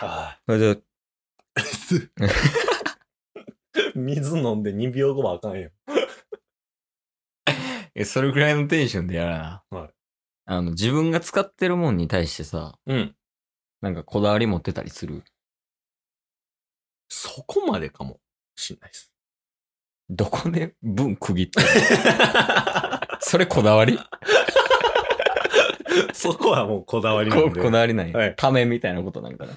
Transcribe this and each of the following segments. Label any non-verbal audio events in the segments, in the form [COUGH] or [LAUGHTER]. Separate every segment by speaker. Speaker 1: は
Speaker 2: それで、
Speaker 1: い。 [LAUGHS] 水飲んで2秒後はあかんよ。
Speaker 2: え、それぐらいのテンションでやらな。
Speaker 1: はい。
Speaker 2: あの、自分が使ってるもんに対してさ、
Speaker 1: うん。
Speaker 2: なんかこだわり持ってたりする。
Speaker 1: そこまでかもしんないです。
Speaker 2: どこで分区切ってる [LAUGHS] それこだわり
Speaker 1: そこはもうこだわりなん
Speaker 2: こ
Speaker 1: で。
Speaker 2: こだわりない。
Speaker 1: はい
Speaker 2: ためみたいなことなんかな。い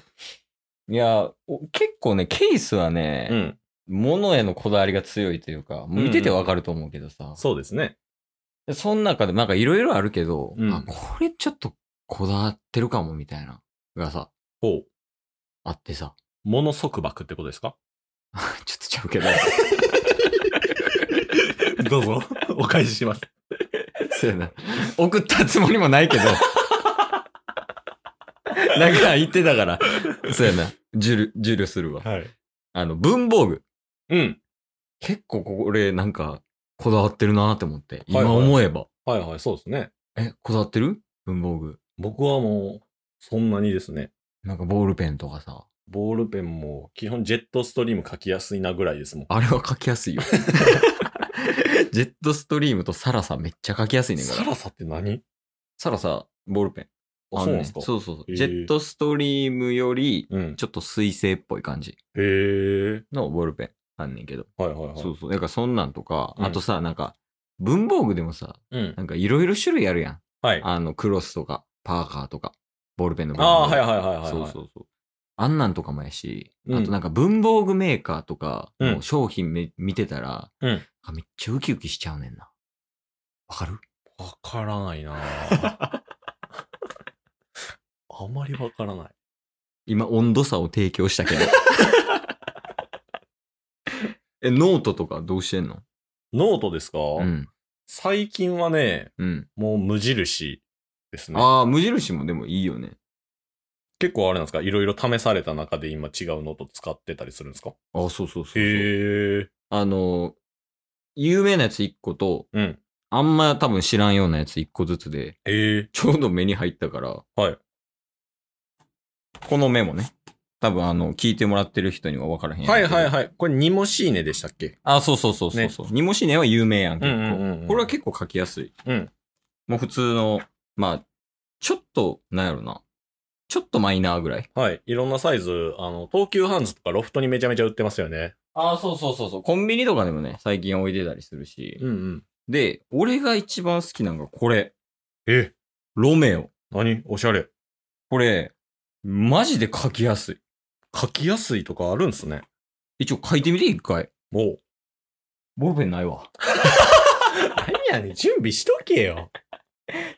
Speaker 2: や、お結構ね、ケースはね、
Speaker 1: うん。
Speaker 2: 物へのこだわりが強いというか、見ててわかると思うけどさ、
Speaker 1: そうですね。
Speaker 2: でその中でなんかいろいろあるけど、
Speaker 1: うん
Speaker 2: あ、これちょっとこだわってるかもみたいな、がさ、
Speaker 1: ほう。
Speaker 2: あってさ、 [LAUGHS]
Speaker 1: 物束縛ってことですか
Speaker 2: ちょっとちゃうけど、
Speaker 1: どうぞ、 [LAUGHS] お返しします。
Speaker 2: [LAUGHS] そうやな。送ったつもりもないけど、 [LAUGHS] なんか言ってたから、そうやな。受理、受理するわ。
Speaker 1: はい。
Speaker 2: あの、文房具。
Speaker 1: うん。
Speaker 2: 結構これなんか、こだわってるなって思って、
Speaker 1: はい
Speaker 2: 今
Speaker 1: はい
Speaker 2: 思えば。
Speaker 1: はいはい、そうですね。
Speaker 2: え、こだわってる文房具。
Speaker 1: 僕はもう、そんなにですね、
Speaker 2: なんかボールペンとかさ。
Speaker 1: ボールペンも基本ジェットストリーム書きやすいなぐらいですもん。
Speaker 2: あれは書きやす
Speaker 1: [LAUGHS]
Speaker 2: いよ。ジェットストリームとサラサめっちゃ書きやすいねんか
Speaker 1: サ
Speaker 2: ら。
Speaker 1: ラサって何
Speaker 2: サラサ、ボールペン。
Speaker 1: あ、
Speaker 2: あ
Speaker 1: そう
Speaker 2: の
Speaker 1: なんで
Speaker 2: ね
Speaker 1: すか
Speaker 2: そうそうそう、
Speaker 1: へー
Speaker 2: ジェットストリームより、
Speaker 1: うん。
Speaker 2: ちょっと水性っぽい感じ
Speaker 1: へえ。
Speaker 2: のボールペンあんねんけど。
Speaker 1: はいはいはい。
Speaker 2: そうそう。だからそんなんとか、
Speaker 1: うん
Speaker 2: あとさ、なんか、文房具でもさ、
Speaker 1: うん。
Speaker 2: なんかいろいろ種類あるやん。
Speaker 1: はい。あ
Speaker 2: あの、クロスとか、パーカーとか、ボールペンの
Speaker 1: あー、
Speaker 2: ブ
Speaker 1: はい
Speaker 2: ラン
Speaker 1: はいはいはいはい。
Speaker 2: ドそうそうそう。あんなんとかもやし、
Speaker 1: うん
Speaker 2: あとなんか文房具メーカーとか
Speaker 1: う
Speaker 2: の
Speaker 1: ん
Speaker 2: 商品め、見てたら、
Speaker 1: うん
Speaker 2: なんかめっちゃウキウキしちゃうねんな。わかる
Speaker 1: わからないな [LAUGHS] ぁあまりわからない。
Speaker 2: 今温度差を提供した
Speaker 1: [LAUGHS]
Speaker 2: けど。え、ノートとかどうしてんの
Speaker 1: ノートですか、
Speaker 2: うん。
Speaker 1: 最近はね、
Speaker 2: うん。
Speaker 1: もう無印ですね。
Speaker 2: ああ、無印もでもいいよね。
Speaker 1: 結構あれなんですかいろいろ試された中で今違うノート使ってたりするんですか
Speaker 2: ああ、そうそうそうそう。
Speaker 1: へえ。
Speaker 2: あの、有名なやつ1個と、
Speaker 1: うん。
Speaker 2: あんま多分知らんようなやつ1個ずつで、 [LAUGHS]
Speaker 1: へえ。
Speaker 2: ちょうど目に入ったから、
Speaker 1: はい。
Speaker 2: このメモね。多分あの、聞いてもらってる人には分からへんやん
Speaker 1: はいはい
Speaker 2: い。
Speaker 1: はい。これ、ニモシーネでしたっけ
Speaker 2: あ、そうそうそうそうそう。ニモシネは有名やん、結構、
Speaker 1: うんうんうん
Speaker 2: これは結構書きやすい。
Speaker 1: うん。
Speaker 2: もう普通の、まあ、ちょっと、なんやろな。ちょっとマイナーぐらい。
Speaker 1: はい。いろんなサイズ、あの、東急ハンズとかロフトにめちゃめちゃ売ってますよね。
Speaker 2: ああ、そうそうそうそう。コンビニとかでもね、最近置いてたりするし。
Speaker 1: うんうん。
Speaker 2: で、俺が一番好きなのがこれ。
Speaker 1: え、
Speaker 2: ロメオ。
Speaker 1: 何おしゃれ。
Speaker 2: これ、マジで書きやすい。
Speaker 1: 書きやすいとかあるんすね。
Speaker 2: 一応書いてみて、一回。
Speaker 1: おう。
Speaker 2: ボールペンないわ。
Speaker 1: 何やねん、準備しとけよ。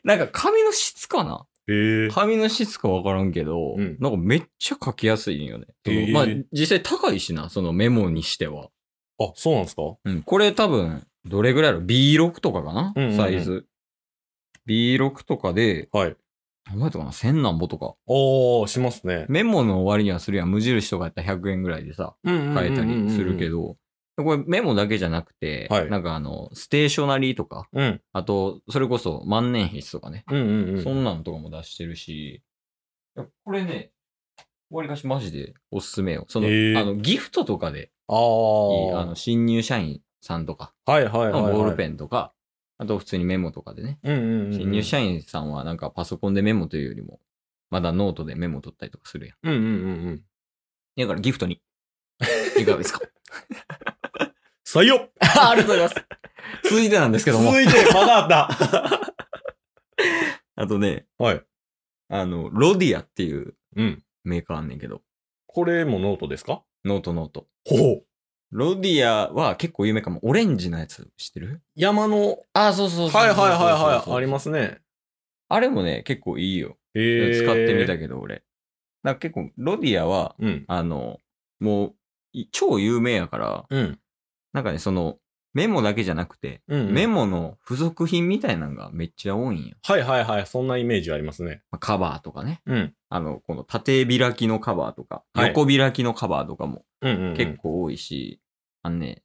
Speaker 2: なんか紙の質かな
Speaker 1: へえ。
Speaker 2: 紙の質かわからんけど、
Speaker 1: うん
Speaker 2: なんかめっちゃ書きやすいんよね。その
Speaker 1: へえ
Speaker 2: まあ実際高いしな、そのメモにしては。
Speaker 1: あ、そうなんですか
Speaker 2: うん、これ多分、どれぐらいやろ ?B6 とかかな、
Speaker 1: うんうんうん
Speaker 2: サイズ。B6 とかで、
Speaker 1: はい。
Speaker 2: 何倍とかな千何ぼとか。
Speaker 1: おー、しますね。
Speaker 2: メモの終わりにはするやん。無印とかやったら100円ぐらいでさ、
Speaker 1: 変
Speaker 2: 買えたりするけ。ど、これメモだけじゃなくて、
Speaker 1: はい
Speaker 2: なんかあの、ステーショナリーとか、
Speaker 1: うん。
Speaker 2: あと、それこそ万年筆とかね、
Speaker 1: うんうんうん。
Speaker 2: そんなんとかも出してるし、いやこれね、わりかしマジでおすすめよ。その、
Speaker 1: へー
Speaker 2: あの、ギフトとかで
Speaker 1: あ
Speaker 2: いい
Speaker 1: ー。
Speaker 2: あの、新入社員さんとか、
Speaker 1: はいはいはい、はい。
Speaker 2: ボールペンとか、あと普通にメモとかでね、
Speaker 1: ン。うんうん、うん。
Speaker 2: 新入社員さんはなんかパソコンでメモというよりも、まだノートでメモ取ったりとかするやん。
Speaker 1: うんうんうんうん。
Speaker 2: だからギフ
Speaker 1: [LAUGHS]
Speaker 2: トに。いかがですか
Speaker 1: 採用
Speaker 2: ありがとうございます。続いてなんですけども。
Speaker 1: 続いて、まだあった。
Speaker 2: あとね、
Speaker 1: [LAUGHS] はい。
Speaker 2: あの、ロディアっていう
Speaker 1: うん。
Speaker 2: メーカーあんねんけど、
Speaker 1: これもノートですか
Speaker 2: ノートノート。
Speaker 1: ほう。
Speaker 2: ロディアは結構有名かも。オレンジのやつ知ってる
Speaker 1: 山の。
Speaker 2: ああ、そうそう。
Speaker 1: はいはいはいはい。ありますすね。
Speaker 2: あれもね、結構いいよ。
Speaker 1: へー
Speaker 2: 使ってみたけど、俺。なんか結構、ロディアは、
Speaker 1: うん。
Speaker 2: あの、もうい、超有名やから、
Speaker 1: うん。
Speaker 2: なんかね、その、メモだけじゃなくて、
Speaker 1: うん。
Speaker 2: メモの付属品みたいなのがめっちゃ多いんよ。
Speaker 1: はいはいはい。そんなイメージありますね。
Speaker 2: まあカバーとかね。
Speaker 1: うん。
Speaker 2: あの、この縦開きのカバーとか、
Speaker 1: はい
Speaker 2: 横開きのカバーとかも
Speaker 1: うんうん、うん。
Speaker 2: 結構多いし、あのね、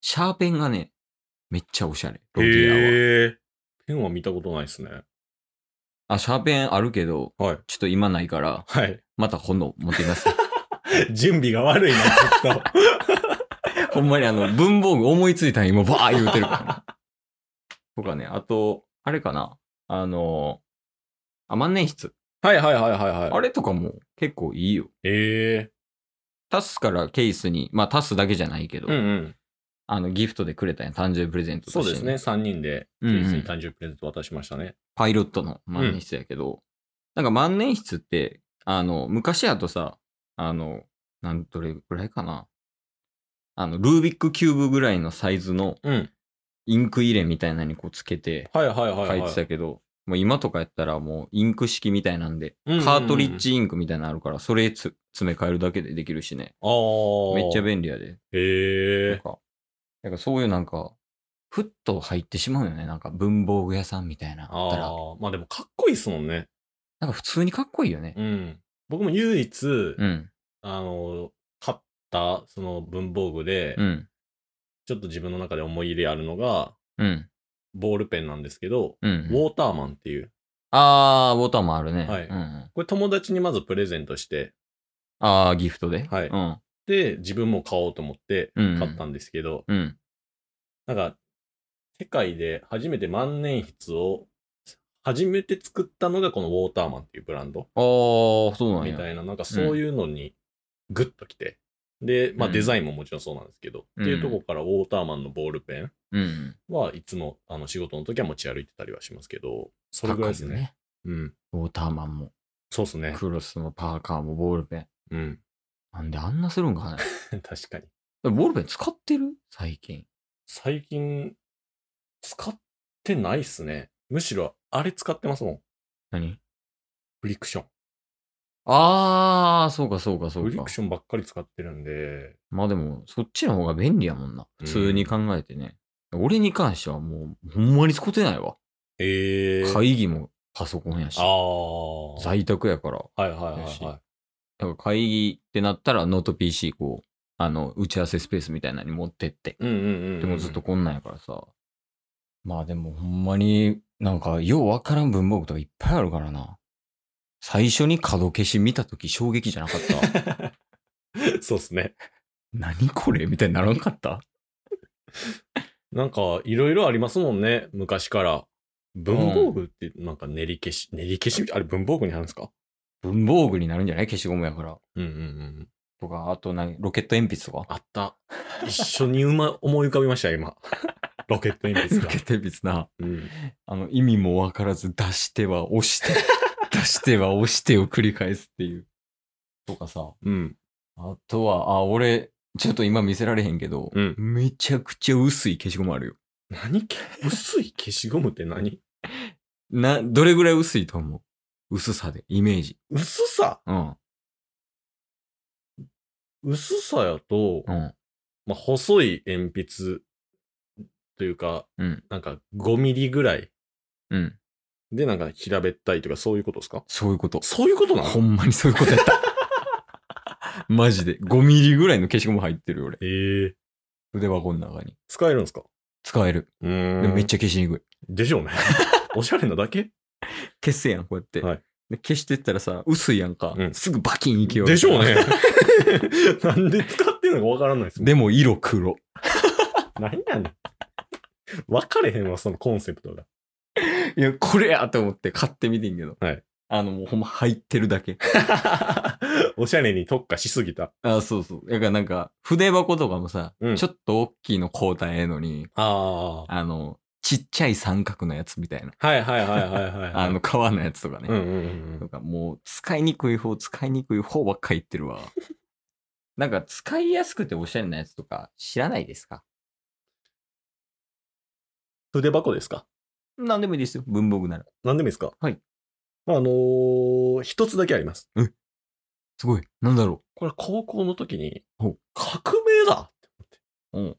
Speaker 2: シャーペンがね、めっちゃおしゃれ。ロディアは。
Speaker 1: へえ。ペンは見たことないですね。
Speaker 2: あ、シャーペンあるけど、
Speaker 1: はい
Speaker 2: ちょっと今ないから、
Speaker 1: はい。
Speaker 2: また今度持ってきます。 [LAUGHS]
Speaker 1: 準備が悪いな、ずっと。
Speaker 2: ほんまにあの、文房具思いついたん今、バー言うてるからね。とかね、あと、あれかな。あの、あ、万年筆。
Speaker 1: はいはいはいはいはい。
Speaker 2: あれとかも結構いいよ。
Speaker 1: え
Speaker 2: タスからケースに、まあタスだけじゃないけ
Speaker 1: え
Speaker 2: ど、
Speaker 1: うんうん。
Speaker 2: あの、ギフトでくれたやん、誕生日プレゼントとして
Speaker 1: そうですね。。3人で、ケ
Speaker 2: うんうん
Speaker 1: ースに誕生日プレゼント渡しましたね。
Speaker 2: パイロットの万年筆やけど、なんか万年筆って、あの、昔やとさ、あの、なん、どれぐらいかな。あの、ルービックキューブぐらいのサイズの
Speaker 1: うん。
Speaker 2: インク入れみたいなのにこうつけて
Speaker 1: はいはいはい、
Speaker 2: 書
Speaker 1: はい。
Speaker 2: いてたけど、もう今とかやったらもうインク式みたいなんで、
Speaker 1: うんうんうん
Speaker 2: カートリッジインクみたいなのあるから、それつ詰め替えるだけでできるしね。
Speaker 1: ああ。
Speaker 2: めっちゃ便利やで。
Speaker 1: へ
Speaker 2: なん
Speaker 1: え。
Speaker 2: か、なんかそういうなんか、ふっと入ってしまうよね。なんか文房具屋さんみたいな。あったら
Speaker 1: ああ。まあでもかっこいいっすもんね。
Speaker 2: なんか普通にかっこいいよね。
Speaker 1: うん。僕も唯一、
Speaker 2: うん。
Speaker 1: あの、買った、その文房具で、
Speaker 2: うん。
Speaker 1: ちょっと自分の中で思い入れあるのが、
Speaker 2: うん。
Speaker 1: ボールペンなんですけど、
Speaker 2: う
Speaker 1: ウ
Speaker 2: ん。
Speaker 1: ォーターマンっていう。
Speaker 2: あー、ボタンもあるね。
Speaker 1: はい
Speaker 2: うんうん、
Speaker 1: これ友達にまずプレゼントして、
Speaker 2: あー、ギフトで。
Speaker 1: はい
Speaker 2: うん。
Speaker 1: で、自分も買おうと思って
Speaker 2: うんうん
Speaker 1: 買ったんですけど、
Speaker 2: うん。
Speaker 1: なんか、世界で初めて万年筆を、初めて作ったのがこのウォーターマンっていうブランド
Speaker 2: あー、そうなん
Speaker 1: み
Speaker 2: や。
Speaker 1: たいな、なんかそういうのにグッときて、で、まあ
Speaker 2: うん
Speaker 1: デザインももちろんそうなんですけど、っていうとこからウォーターマンのボールペン
Speaker 2: うんうん。
Speaker 1: はいつもあの仕事の時は持ち歩いてたりはしますけど、それぐらいですね。
Speaker 2: 高よ
Speaker 1: うん。
Speaker 2: ウォーターマンも、
Speaker 1: そうっすね。
Speaker 2: クロスもパーカーもボールペン。
Speaker 1: うん。 [LAUGHS]
Speaker 2: なんであんなするんかね。
Speaker 1: 確かに。
Speaker 2: ボールペン使ってる最近。
Speaker 1: 最近、使ってないっすね。むしろ、あれ使ってますもん。
Speaker 2: 何
Speaker 1: フリクション。
Speaker 2: あー、そうかそうかそ
Speaker 1: フ
Speaker 2: う
Speaker 1: リ
Speaker 2: か
Speaker 1: ク。ションばっかり使ってるんで、
Speaker 2: まあでも、そっちの方が便利やもんな。普通に考えてね。俺に関してはもう、ほんまに使ってないわ。
Speaker 1: ええー。
Speaker 2: 会議もパソコンやし
Speaker 1: あ。あ。
Speaker 2: 在宅やから。
Speaker 1: はいはいはい
Speaker 2: やし
Speaker 1: は
Speaker 2: だから会議ってなったらノート PC こう、あの、打ち合わせスペースみたいなのに持ってって。
Speaker 1: い。うんうんうんうん。
Speaker 2: でもずっとこんなんやからさ。まあでもほんまになんかようわからん文房具とかいっぱいあるからな。最初に角消し見たとき衝撃じゃなかった [LAUGHS]
Speaker 1: そうっすね。
Speaker 2: 何これみたいにならんかった
Speaker 1: なんか、いろいろありますもんね。昔から。文房具って、なんか練り消し、練り消し、あれ文房具にあるんですか
Speaker 2: 文房具になるんじゃない消しゴムやから。
Speaker 1: うんうんうん。
Speaker 2: とか、あと何ロケット鉛筆とか。
Speaker 1: あった。一緒にうま思い浮かびました、
Speaker 2: [LAUGHS]
Speaker 1: 今。ロケット鉛筆
Speaker 2: ロ
Speaker 1: が
Speaker 2: ケ。ット鉛筆な。
Speaker 1: うん。
Speaker 2: あの、意味もわからず出しては押 [LAUGHS] して、出しては押してを繰り返すっていう。とかさ。
Speaker 1: うん。
Speaker 2: あとは、あ、俺、ちょっと今見せられへんけど、
Speaker 1: うん。
Speaker 2: めちゃくちゃ薄い消しゴムあるよ。
Speaker 1: 何け薄い消しゴムって何
Speaker 2: な、どれぐらい薄いと思う薄さで、イメージ。
Speaker 1: 薄さ
Speaker 2: うん。
Speaker 1: 薄さやと、
Speaker 2: うん。
Speaker 1: まあ、細い鉛筆というか、
Speaker 2: うん
Speaker 1: なんか5ミリぐらい
Speaker 2: うん。
Speaker 1: でなんか平べったいとかそういうことですか
Speaker 2: そういうこと。
Speaker 1: そういうことな
Speaker 2: ほ
Speaker 1: の
Speaker 2: んまにそういうことやった。 [LAUGHS] マジで。5ミリぐらいの消しゴム入ってるよ、俺。
Speaker 1: ええ
Speaker 2: 筆箱の中に。
Speaker 1: 使えるんですか
Speaker 2: 使える。
Speaker 1: うーん
Speaker 2: でもめっ
Speaker 1: ゃ。
Speaker 2: ちゃ消しにくい。
Speaker 1: でし [LAUGHS] ょうね。おしゃれなだけ
Speaker 2: 消せやん、こうやって。
Speaker 1: はい
Speaker 2: で消してったらさ、薄いやんか。
Speaker 1: うん
Speaker 2: すぐバキンいけよ。
Speaker 1: でしょう [LAUGHS] ね。なんで使ってるのかわからないですもん。
Speaker 2: でも色黒。
Speaker 1: 何やねん。分かれへんわ、そのコンセプトが。
Speaker 2: いや、これやと思って買ってみてんけど。
Speaker 1: はい
Speaker 2: あの、もうほんま入ってるだけ。
Speaker 1: [LAUGHS] おしゃれに特化しすぎた。
Speaker 2: あ、そうそう。だからなんか、筆箱とかもさ、
Speaker 1: うん
Speaker 2: ちょっと大きいの交代ええのに、
Speaker 1: ああ。
Speaker 2: あの、ちっちゃい三角のやつみたいな、
Speaker 1: はいはいはいはいはい。
Speaker 2: あの、、革のやつとかね。
Speaker 1: うんうんうん
Speaker 2: なんかもう、使いにくい方、使いにくい方ばっか言ってるわ。 [LAUGHS] なんか、使いやすくておしゃれなやつとか知らないですか
Speaker 1: 筆箱ですか
Speaker 2: なんでもいいですよ、文房具なら。
Speaker 1: 何でもいいですか
Speaker 2: はい。
Speaker 1: あのー一つだけあります。
Speaker 2: すごい、なんだろ
Speaker 1: これ高校の時に
Speaker 2: ほう、
Speaker 1: 革命だ
Speaker 2: う。うん。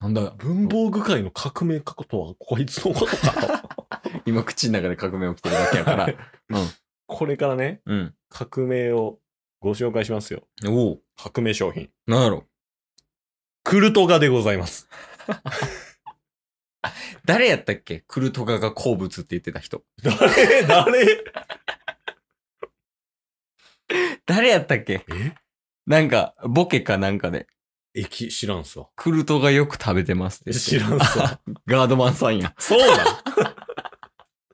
Speaker 2: なんだ、
Speaker 1: 文房具界の革命過去とはこいつのことか。
Speaker 2: [LAUGHS] 今口の中で革命起きてるだけやから。
Speaker 1: [LAUGHS]
Speaker 2: [LAUGHS]
Speaker 1: これからね、
Speaker 2: うん。
Speaker 1: 革命をご紹介しますよ。
Speaker 2: おお、
Speaker 1: 革命商品。
Speaker 2: なんだろ
Speaker 1: クルトガでございます。
Speaker 2: う。誰やったっけクルトガが好物って言ってた人。
Speaker 1: 誰誰
Speaker 2: 誰やったっけ
Speaker 1: え
Speaker 2: なんか、ボケかなんかで、
Speaker 1: 駅知らんすわ。
Speaker 2: クルトガよく食べてますって言って
Speaker 1: 知らんすわ。
Speaker 2: ガードマンさんや。
Speaker 1: [LAUGHS] そうだ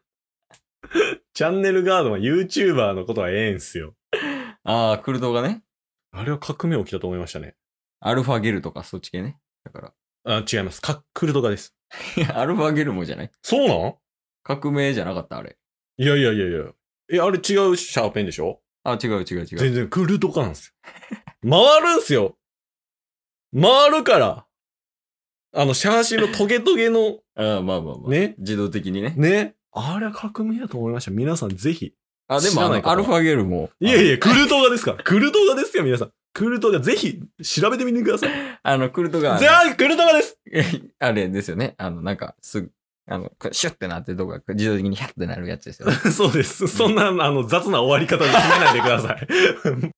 Speaker 1: [LAUGHS] チャンネルガードマン、YouTuber のことはええんすよ。
Speaker 2: ああ、クルトガね。
Speaker 1: あれは革命起きたと思いましたね。
Speaker 2: アルファゲルとかそっち系ね。だから。
Speaker 1: あ、違います。カックルとかです。
Speaker 2: いやアルファゲルもじゃない
Speaker 1: そうなん
Speaker 2: 革命じゃなかった、あれ。
Speaker 1: いやいやいやいや。え、あれ違うシャーペンでしょ
Speaker 2: あ、違う違う違う。
Speaker 1: 全然クルとかなんですよ。回るんすよ。回るから。あの、シャーシのトゲトゲの、
Speaker 2: ああ、まあまあまあ。
Speaker 1: ね。
Speaker 2: 自動的にね。
Speaker 1: ね。あれは革命だと思いました。皆さんぜひ。
Speaker 2: あ、で
Speaker 1: 知
Speaker 2: も
Speaker 1: ら
Speaker 2: あ
Speaker 1: ない
Speaker 2: の、アルファゲルも。
Speaker 1: いやいや、クルトガですから。クルトガですよ、皆さん。クルトガぜひ調べてみてください。じ
Speaker 2: あの、クルトガ、
Speaker 1: ゃあ、クルトガ [LAUGHS] です
Speaker 2: [LAUGHS] あれですよね。あの、なんか、すぐ、あの、シュッてなってるとこが自動的にヒャッてなるやつですよね。
Speaker 1: そうです。そんな、あの、雑な終わり方にしないでください。